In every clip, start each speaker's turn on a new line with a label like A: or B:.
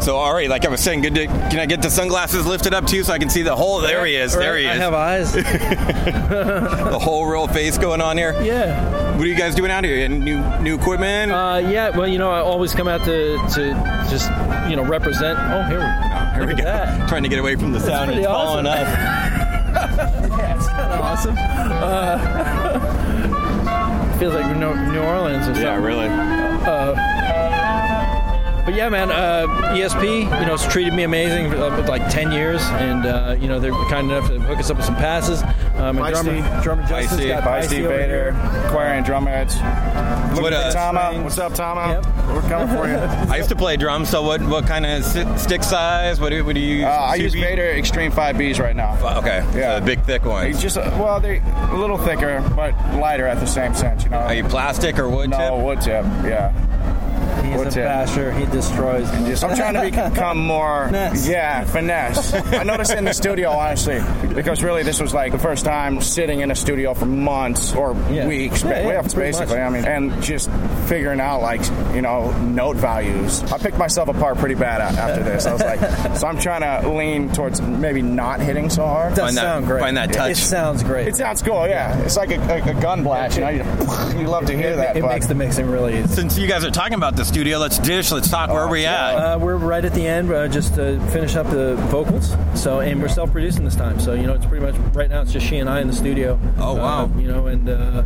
A: So, all right, like I was saying, good. To, can I get the sunglasses lifted up too, so I can see the whole? There he is. There he
B: I
A: is.
B: have eyes.
A: the whole real face going on here.
B: yeah.
A: What are you guys doing out here? Getting New new equipment?
B: Uh, yeah. Well, you know, I always come out to to just you know represent. Oh, here we go.
A: here we
B: look
A: go.
B: at that.
A: Trying to get away from the sound.
B: pretty
A: It's following
B: awesome.
A: us.
B: Awesome. Uh, feels like New, New Orleans or something.
A: Yeah, really.
B: But yeah, man, uh, ESP, you know, it's treated me amazing for uh, like 10 years. And, uh, you know, they're kind enough to hook us up with some passes. Um, and drummer,
C: Feisty.
B: drummer Justin's
A: Feisty.
B: got Feisty
C: Steve
B: over
C: Vader,
B: here.
C: choir and drum heads. Look
A: What,
C: at
A: uh,
C: Tama. What's up, Tama?
B: Yep.
C: We're coming for you. Uh,
A: I used to play drums. So, what what kind of si- stick size? What do, what do you? use?
C: Uh, I use
A: 2B?
C: Vader Extreme 5Bs right now.
A: Wow, Okay.
C: Yeah.
A: So the big thick
C: It's
A: ones.
C: just, uh, well, they're a little thicker, but lighter at the same sense, you know?
A: Are you plastic or wood
C: no,
A: tip?
C: wood tip, yeah.
D: He's
C: What's
D: a
C: it?
D: basher. He destroys.
C: Just, I'm trying to become more,
D: Finesse.
C: yeah, finesse. I noticed in the studio, honestly, because really this was like the first time sitting in a studio for months or
B: Yeah.
C: weeks,
B: Yeah, yeah,
C: weeks,
B: pretty much.
C: basically. I mean, and just figuring out like you know note values. I picked myself apart pretty bad a- after this. I was like, so I'm trying to lean towards maybe not hitting so hard.
D: Does
A: Find that-
D: sound great.
A: find that touch.
D: It sounds great.
C: It sounds cool, yeah. It's like a, a, a gun blast, you know. You, you love to hear that.
D: it
C: but
D: makes the mixing really easy.
A: Since you guys are talking about the studio, let's dish. Let's talk where we at.
B: Uh, we're right at the end, uh, just to finish up the vocals. So, and we're self-producing this time. So, you know, it's pretty much right now. It's just she and I in the studio.
A: Oh, wow.
B: Uh, you know, and uh,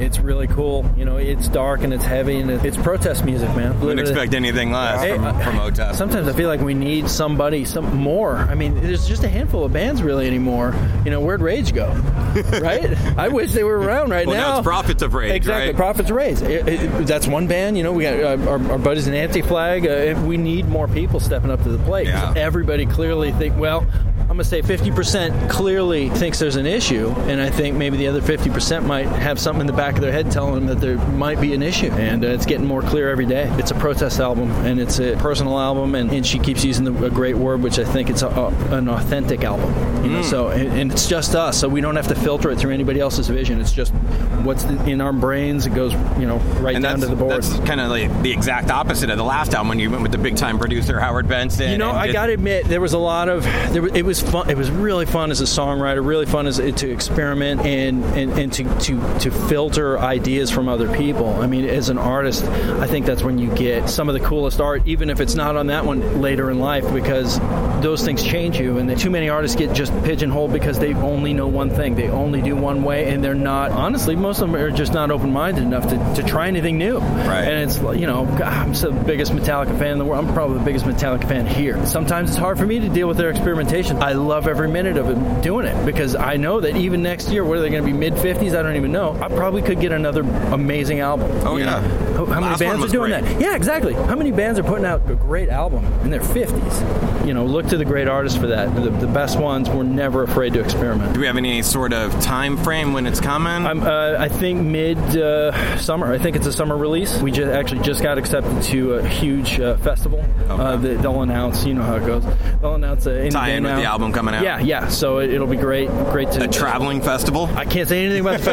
B: it's really cool. You know, it's dark and it's heavy and it- it's protest music, man.
A: Wouldn't expect anything less
B: Hey,
A: from,
B: uh,
A: from OTEP.
B: Sometimes I feel like we need somebody, some more. I mean, there's just a handful of bands really anymore. You know, where'd Rage go? Right? I wish they were around right
A: Well, now
B: now.
A: it's Prophets of Rage,
B: Exactly,
A: right?
B: Prophets of Rage. It- it- that's one band. You know, we got uh, our, our buddies in Anti Flag. Uh, we need more people stepping up to the plate. 'Cause
A: Yeah.
B: Everybody clearly think well. I'm gonna say 50% clearly thinks there's an issue, and I think maybe the other 50% might have something in the back of their head telling them that there might be an issue. And uh, it's getting more clear every day. It's a protest album, and it's a personal album, and, and she keeps using the, a great word, which I think it's a, a- an authentic album. You
A: Hmm.
B: know, so and, and it's just us, so we don't have to filter it through anybody else's vision. It's just what's in our brains. It goes, you know, right
A: and
B: down
A: that's,
B: to the board.
A: that's kind of like the exact opposite of the last album when you went with the big time producer Howard Benson.
B: You know,
A: and
B: I
A: did-
B: got to admit, there was a lot of. There was, it was fun. It was really fun as a songwriter. Really fun as eh, to experiment and and, and to, to to filter ideas from other people. I mean, as an artist, I think that's when you get some of the coolest art, even if it's not on that one later in life, because those things change you. And too many artists get just pigeonholed because they only know one thing. They only do one way, and they're not. Honestly, most of them are just not open minded enough to, to try anything new.
A: Right.
B: And it's like, you know, God, I'm the biggest Metallica fan in the world. I'm probably the biggest Metallica fan here. Sometimes it's hard for me to deal with their experimentation. I love every minute of it doing it because I know that even next year, what are they going to be mid 50s? I don't even know. I probably could get another amazing album.
A: Oh,
B: you
A: yeah.
B: know? How, how many
A: Last one
B: bands are
A: was
B: doing
A: great.
B: that? Yeah, exactly. How many bands are putting out a great album in their 50s? You know, look to the great artists for that. The, the best ones were never afraid to experiment.
A: Do we have any sort of time frame when it's coming?
B: I'm, uh, I think mid uh, summer. I think it's a summer release. We just actually just got accepted to a huge uh, festival. Uh, that they'll announce. You know how it goes. They'll announce uh, any
A: Oh, Tie
B: day
A: in with
B: now.
A: the album coming out.
B: Yeah, yeah. So it, it'll be great. Great to
A: a traveling festival.
B: I can't say anything about the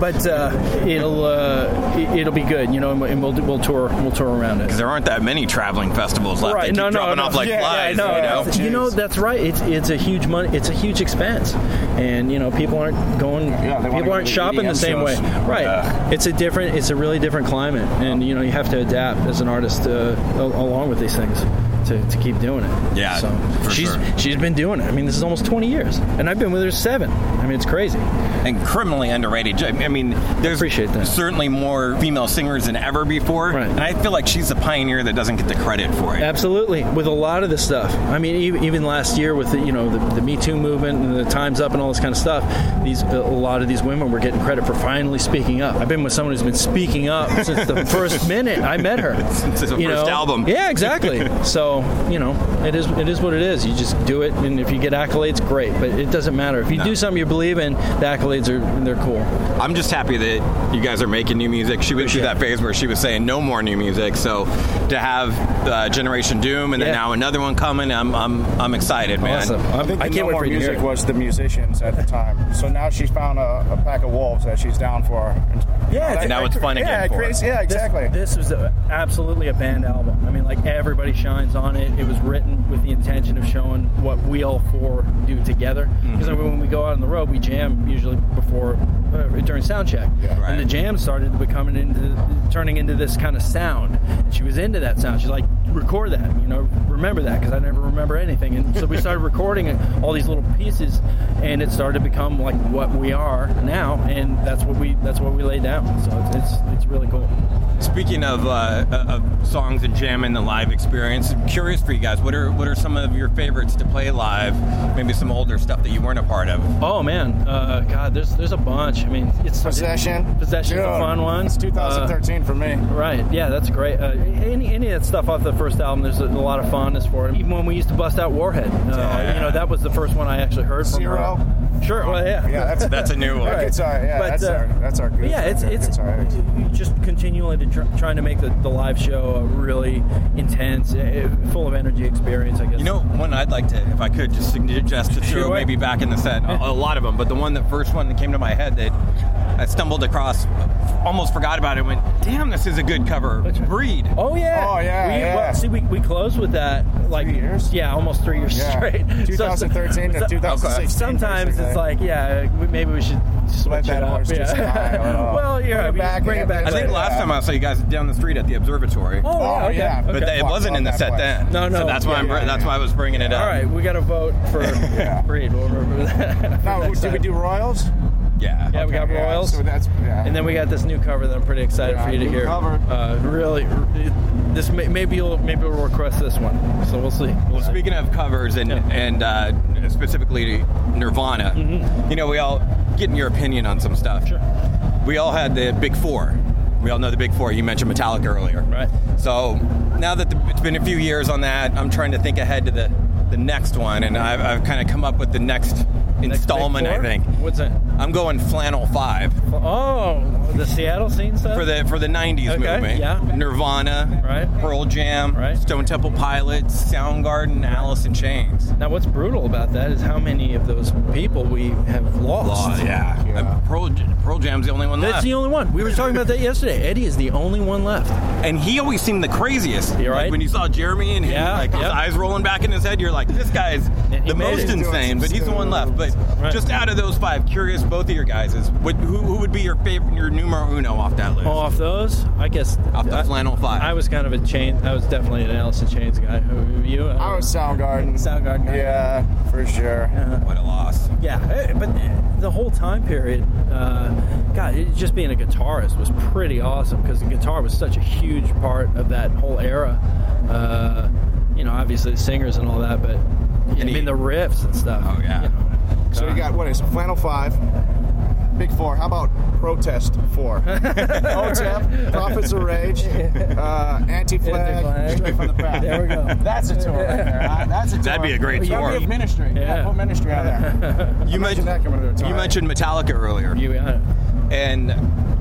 B: but uh, it'll uh, it, it'll be good. You know, and, we'll- and we'll do- we'll tour we'll tour around it.
A: There aren't that many traveling festivals left. They keep dropping off like
B: Yeah,
A: flies.
B: yeah,
A: you
B: no,
A: know?
B: you know, that's right. It's it's a huge money. It's a huge expense, and you know people aren't going.
C: they wanna
B: people
C: go
B: aren't
C: to the
B: shopping the
C: EDM
B: same way.
C: shows.
B: Right.
C: Yeah.
B: It's a different. It's a really different climate, and you know you have to adapt as an artist uh, al- along with these things. To, to keep doing it,
A: Yeah,
B: So
A: for
B: she's
A: sure.
B: she's been doing it. I mean, this is almost twenty years, and I've been with her seven. I mean, it's crazy.
A: and criminally underrated. I mean, there's
B: Appreciate that.
A: certainly more female singers than ever before,
B: Right.
A: and I feel like she's a pioneer that doesn't get the credit for it.
B: Absolutely, with a lot of this stuff. I mean, even, even last year with the, you know the, the Me Too movement and the Times Up and all this kind of stuff, these a lot of these women were getting credit for finally speaking up. I've been with someone who's been speaking up since the first minute I met her.
A: Since the
B: You
A: first
B: know?
A: album.
B: Yeah, exactly. so you know, it is it is what it is. You just do it, and
E: and if you get accolades, great. But it doesn't matter if you do something you believe in. The accolades are they're cool.
A: I'm just happy that you guys are making new music. She went
E: Appreciate
A: through that phase where she was saying no more new music. So to have uh, Generation Doom and then
E: Yeah.
A: now another one coming, I'm I'm I'm excited, man.
E: Awesome. I'm-
C: I think the
E: I
C: No
E: can't wait
C: More
E: for you to hear
C: music
E: it.
C: was the musicians at the time. So now she's found a, a pack of wolves that she's down for.
B: Yeah, it's-
A: Now it's fun again
C: yeah, it
A: for her.
C: creates- yeah, exactly.
B: This, this was a, absolutely a band album. I mean, like everybody shines on it. It was written with the intention of showing what we all four do together. Because I mean, when we go out on the road, we jam usually before uh, during sound check,
A: Right.
B: and the jam started becoming into turning into this kind of sound. And she was into that sound. She's like, record that, you know, remember that because I never remember anything. And so we started recording all these little pieces, and it started to become like what we are now, and that's what we that's what we lay down. So it's it's, it's really cool.
A: Speaking of, uh, of songs and jamming the live experience, I'm curious for you guys, what are what are some of your favorites to play live? Maybe some older stuff that you weren't a part of.
B: Oh man, uh, God, there's there's a bunch. I mean, it's
C: Possession.
B: Possession's a
C: Dude,
B: fun one. Uh,
C: It's 2013 for me.
B: Right. Yeah, that's great. Uh, any any of that stuff off the first album, there's a, lot of fondness for it. Even when we used to bust out Warhead, uh, you know, that was the first one I actually heard from
C: Zero.
B: her. Sure. Well, yeah.
C: Yeah, that's
A: That's a new one.
C: That gets our yeah.
B: But,
C: that's
B: uh,
C: our that's our.
B: But yeah, it's
C: that's our-
B: it's
C: that's our-
B: just continually to tr- trying to make the, the live show a really intense, uh, full of energy experience. I guess.
A: You know, one I'd like to, if I could, just suggest to throw
B: Sure.
A: maybe back in the set. A, a lot of them, but the one, the first one that came to my head that I stumbled across, almost forgot about it. Went, damn, this is a good cover. Breed.
B: Oh yeah.
C: Oh, yeah,
B: We,
C: yeah.
B: Well, see, we, we closed with that like
C: Three years?
B: Yeah, almost three years
C: Yeah.
B: straight. So-
C: 2013 to
B: so-
C: 2016,
B: Sometimes
C: basically.
B: it's like yeah, we, maybe we should switch
C: Let that
B: it up.
C: horse
B: yeah.
C: just die, I don't know.
B: well, yeah,
C: Bring it
B: we
C: back
B: bring it
C: and-
B: back.
A: I think
B: later.
A: last time I saw you guys down the street at the observatory,
B: Oh,
C: Oh,
B: yeah, okay.
C: yeah.
B: okay.
A: but that- it
C: Fuck,
A: wasn't in the
C: love that
A: set then.
C: place.
B: No, no.
A: So that's why
B: Yeah,
A: I'm, br-
B: yeah,
A: that's
C: yeah.
A: why I was bringing it up.
B: all right, we got to vote for
C: Yeah.
B: Breed. We'll remember that.
C: Now,
B: next
C: did we
B: time.
C: do Royals?
A: Yeah.
B: Yeah, we got
C: Yeah,
B: Royals.
C: So that's yeah.
B: And then we got this new cover that I'm pretty excited
C: Yeah,
B: for you to
C: new
B: hear.
C: cover.
B: Uh, really, it, this may, maybe you'll maybe we'll request this one. So we'll see.
A: Well, speaking of covers and and uh, specifically Nirvana,
B: Mm-hmm.
A: you know, we all getting your opinion on some stuff. Sure. We all had the Big Four. We all know the Big Four. You mentioned Metallica earlier.
B: Right.
A: So now that the, it's been a few years on that, I'm trying to think ahead to the the next one, and I've, I've kind of come up with the next
B: Next Big
A: installment. I
B: Four?
A: think
B: What's that?
A: I'm going Flannel Five
B: Oh, the Seattle scene stuff.
A: for the for the '90s
B: Okay,
A: movement.
B: yeah.
A: Nirvana,
B: Right.
A: Pearl Jam,
B: Right.
A: Stone Temple Pilots, Soundgarden, Alice in Chains.
B: now, what's brutal about that is how many of those people we have lost.
A: Law, yeah.
C: Yeah.
A: Uh, Pearl, Pearl Jam's the only one
B: That's
A: left.
B: the only one. We were talking about that yesterday. Eddie is the only one left.
A: and he always seemed the craziest.
B: You're
A: Like,
B: right.
A: when you saw Jeremy and him,
B: Yeah,
A: like his
B: yeah.
A: eyes rolling back in his head, you're like, this guy's
B: And he
A: the
B: made
A: most
B: it.
A: insane, but he's the one left. But
B: Right.
A: just out of those five, curious both of your guys is what, who, who would be your favorite, your numero uno off that list?
B: Off those, Oh, I guess.
A: off the flannel five.
B: I was kind of a chain. I was definitely an Alice in Chains guy. Who you?
C: I was Soundgarden.
B: Soundgarden guy.
C: Yeah, for sure.
A: what a loss.
B: Yeah, eh, but the whole time period, uh, God, it, just being a guitarist was pretty awesome because the guitar was such a huge part of that whole era. Uh, you know, obviously the singers and all that, but I
A: he-
B: mean the riffs and stuff.
A: Oh, yeah.
B: you know.
C: So we got what is it, Flannel Five, Big Four. How about Protest Four? OTEP, Prophets of Rage, uh, Anti
B: Anti-Flag.
C: Flag, Straight from the Path.
B: There we go.
C: That's a tour right there. Uh, that's a tour.
A: That'd be a great
C: Gotta
A: tour.
C: be of Ministry. Yeah.
B: Yeah.
C: put Ministry on there.
A: You
C: Imagine that coming to a
A: you
C: tour.
A: mentioned Metallica earlier.
B: You got it.
A: and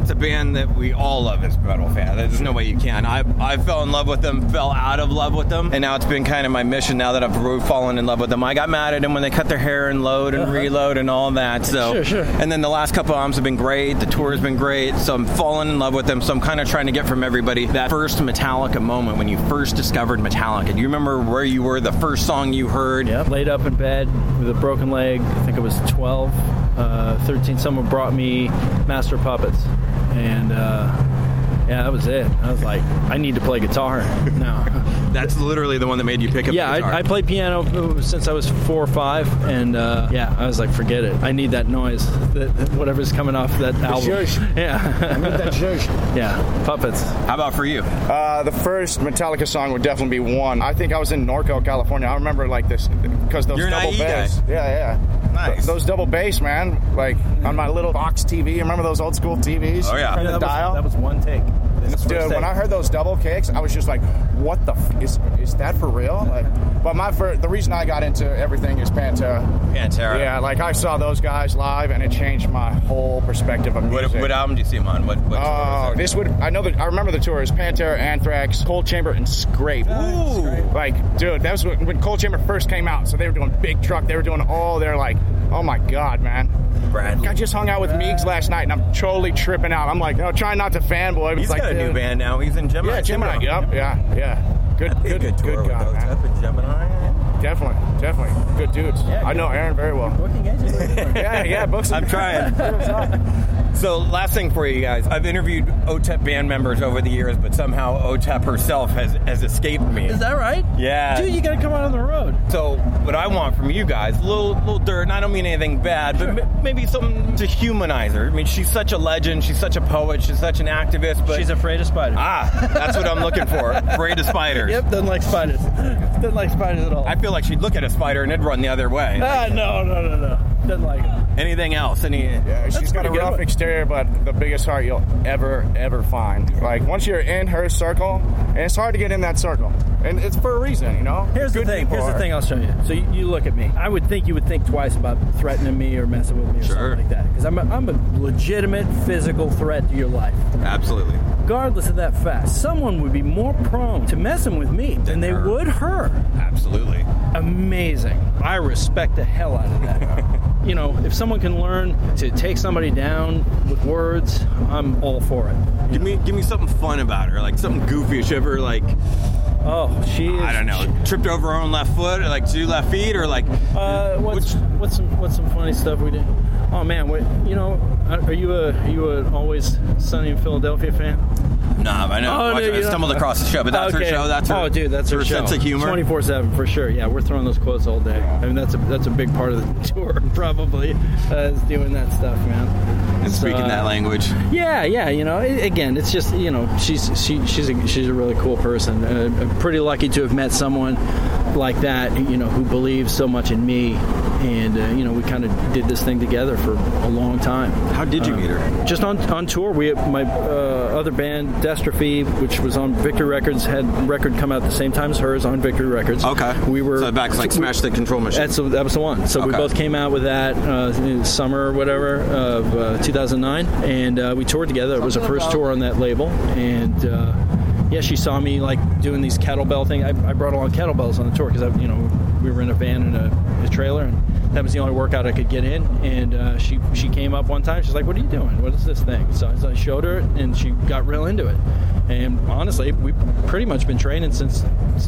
A: it's a band that we all love as metal fans. There's no way you can. I I fell in love with them, fell out of love with them, and now it's been kind of my mission. Now that I've re- fallen in love with them, I got mad at them when they cut their hair and load and reload and all that. So,
B: Uh-huh. Sure, sure.
A: and then the last couple albums have been great. The tour has been great. So I'm falling in love with them. So I'm kind of trying to get from everybody that first Metallica moment when you first discovered Metallica. Do you remember where you were? The first song you heard?
B: Yeah, laid up in bed with a broken leg. I think it was 12, uh, 13. Someone brought me Master of Puppets, and uh, yeah, that was it. I was like, I need to play guitar now.
A: That's literally the one that made you pick up.
B: Yeah,
A: the guitar.
B: I, I played piano uh, since I was four or five, and uh, yeah, I was like, forget it. I need that noise, that, that- whatever's coming off that album.
C: zhuzh.
B: Yeah,
C: That judge.
B: yeah, puppets.
A: How about for you?
C: Uh, the first Metallica song would definitely be one. I think I was in Norco, California. I remember like this because those
A: You're an
C: double
A: IE
C: bass. Yeah, yeah.
A: Nice.
C: Those double bass, man. Like on my little box TV. Remember those old school TVs?
A: Oh, yeah.
C: Turn
B: that,
C: the dial.
B: Was, that was one take. This first
C: Dude,
B: take.
C: when I heard those double kicks, I was just like, "What the? F- is is that for real? Like, but my fir- the reason I got into everything is Pantera.
A: Pantera.
C: Yeah, like I saw those guys live, and it changed my whole perspective of
A: What,
C: music.
A: what album do you see him on? What? what
C: Oh, this would I know that I remember the tours: Pantera, Anthrax, Cold Chamber, and Scrape.
A: Ooh.
C: Like, dude, that was when, when Cold Chamber first came out. So they were doing big truck. They were doing all their like, oh my god, man.
A: Bradley.
C: I just hung out with Meeks last night, and I'm totally tripping out. I'm like, no, trying not to fanboy. But
A: He's
C: it's like,
A: got a new
C: dude,
A: band now. He's in Gemini.
C: Yeah, Gemini. Yep. Yeah. Yeah. Good.
A: Good,
C: Good.
A: good tour
C: Good
A: with
C: guy,
A: those
C: man.
A: up in Gemini.
C: Definitely. Definitely. Good dudes. I know Aaron very well.
B: Booking agent.
C: Yeah. Yeah. Books.
A: I'm trying. So, last thing for you guys, I've interviewed OTEP band members over the years, but somehow OTEP herself has, has escaped me.
B: Is that right?
A: Yeah.
B: Dude, you gotta come out on the road.
A: So, what I want from you guys, little little dirt, and I don't mean anything bad, but m- maybe something to humanize her. I mean, she's such a legend, she's such a poet, she's such an activist, but
B: She's afraid of spiders.
A: ah, that's what I'm looking for. Afraid of spiders.
B: Yep, doesn't like spiders. doesn't like spiders at all.
A: I feel like she'd look at a spider and it'd run the other way.
B: ah, no, no, no, no. Doesn't like them.
A: Anything else? Any?
C: Yeah, she's got a
B: pretty good.
C: rough exterior, but the biggest heart you'll ever, ever find. Like once you're in her circle, and it's hard to get in that circle, and it's for a reason, you know.
B: Here's the
C: Good
B: thing.
C: people
B: Here's
C: are-
B: the thing. I'll show you. So you, you look at me. I would think you would think twice about threatening me or messing with me or
A: Sure.
B: something like that. Because I'm a, I'm a legitimate physical threat to your life.
A: Absolutely.
B: Regardless of that fact, someone would be more prone to messing with me than they
A: her.
B: would her.
A: Absolutely.
B: Amazing. I respect the hell out of that. you know, if someone can learn to take somebody down with words, I'm all for it.
A: Give me give me something fun about her, like something goofy. She ever like
B: Oh, she is.
A: I don't know, tripped over her own left foot, or like two left feet, or like
B: Uh, what's
A: Which-
B: what's some what's some funny stuff we did? Oh man, what you know? Are you a are you a always sunny in Philadelphia fan?
A: nah, I know. Watch
B: Oh, no,
A: it. I
B: you don't-
A: stumbled across the show, but that's her show. That's her.
B: oh dude, that's her, show.
A: sense of humor.
B: twenty four seven for sure. Yeah, we're throwing those quotes all day. I mean, that's a that's a big part of the tour probably uh, is doing that stuff, man.
A: and speaking
B: So,
A: that language.
B: Yeah, yeah, you know. it- Again, it's just you know she's she, she's a, she's a really cool person. Uh, I'm pretty lucky to have met someone like that, you know, who believes so much in me, and uh, you know we kind of did this thing together for a long time
A: How did you meet her?
B: just on on tour. We my uh, other band Destrophy, which was on Victory Records, had record come out at the same time as hers on Victory Records.
A: Okay.
B: we were
A: So back to, like, Smash the Control Machine.
B: That's that was the one. So we
A: Okay.
B: both came out with that uh, in summer or whatever of uh, 2009, and uh, we toured together. it was our first tour on that label, and. Uh, yeah, she saw me like doing these kettlebell thing. I, I brought along kettlebells on the tour because I, you know, we were in a van and a, a trailer, and that was the only workout I could get in. And uh, she she came up one time. She's like, "What are you doing? What is this thing?" So I, so I showed her, it, and she got real into it. And honestly, we've pretty much been training since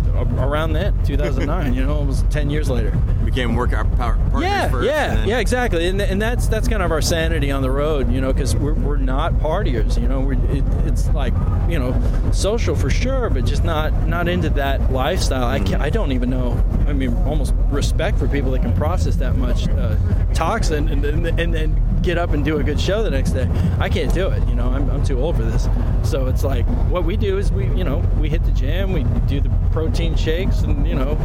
B: around then, 2009. you know, almost 10 years later.
A: Became workout power partners
B: Yeah,
A: first.
B: yeah,
A: and then-
B: yeah, exactly. And, and that's that's kind of our sanity on the road, you know, because we're, we're not partiers, you know. We're, it, it's like you know, social for sure, but just not not into that lifestyle. I can't, I don't even know. I mean, almost respect for people that can process that much uh, toxin and, and and then get up and do a good show the next day. I can't do it, you know. I'm, I'm too old for this. So it's like what we do is we you know we hit the gym, we do the protein shakes, and you know.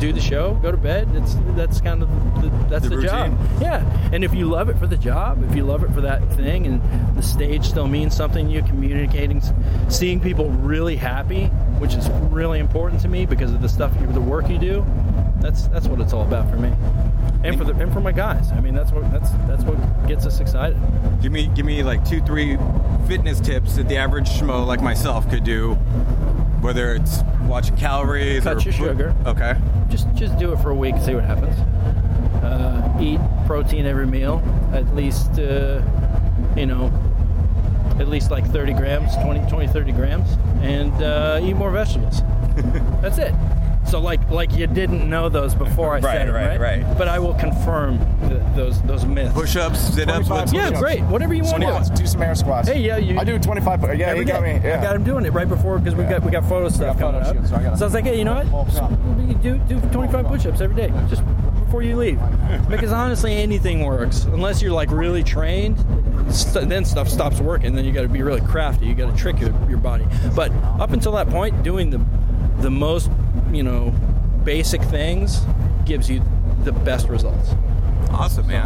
B: Do the show, go to bed. It's that's kind of the, the, that's
A: The
B: the, job. Yeah, and if you love it for the job, if you love it for that thing, and the stage still means something, you're communicating, s- seeing people really happy, which is really important to me because of the stuff, you- the work you do. That's that's what it's all about for me, and for the and for my guys. I mean, that's what that's that's what gets us excited.
A: Give me give me like two three fitness tips that the average schmo like myself could do, whether it's watching calories
B: Cut
A: or
B: your sugar.
A: Okay.
B: just just do it for a week and see what happens. Uh, eat protein every meal, at least uh, you know, at least like 30 grams, 20, 20 30 grams, and uh, eat more vegetables. That's it. So like like you didn't know those before I
A: Right,
B: said it,
A: right,
B: right?
A: right.
B: But I will confirm th- those those myths.
A: Push-ups, sit-ups.
C: 25
A: what's-
B: yeah,
C: push-ups.
B: great. Whatever you want. to do.
C: Squats. Do some air squats.
B: Hey, yeah, you-
C: I do 25. pu- Yeah,
B: Every
C: you got
B: day.
C: me. Yeah.
B: I got him doing it right before because we
C: Yeah.
B: got we got photo stuff
C: photo
B: coming up.
C: shoot, so I gotta-
B: was like, hey, you know what?
C: Bulk up.
B: You can Do do 25 push-ups every day just before you leave because honestly, anything works unless you're like really trained. St- then stuff stops working. Then you got to be really crafty. You got to trick your, your body. But up until that point, doing the the most you know basic things gives you the best results.
A: Awesome, man.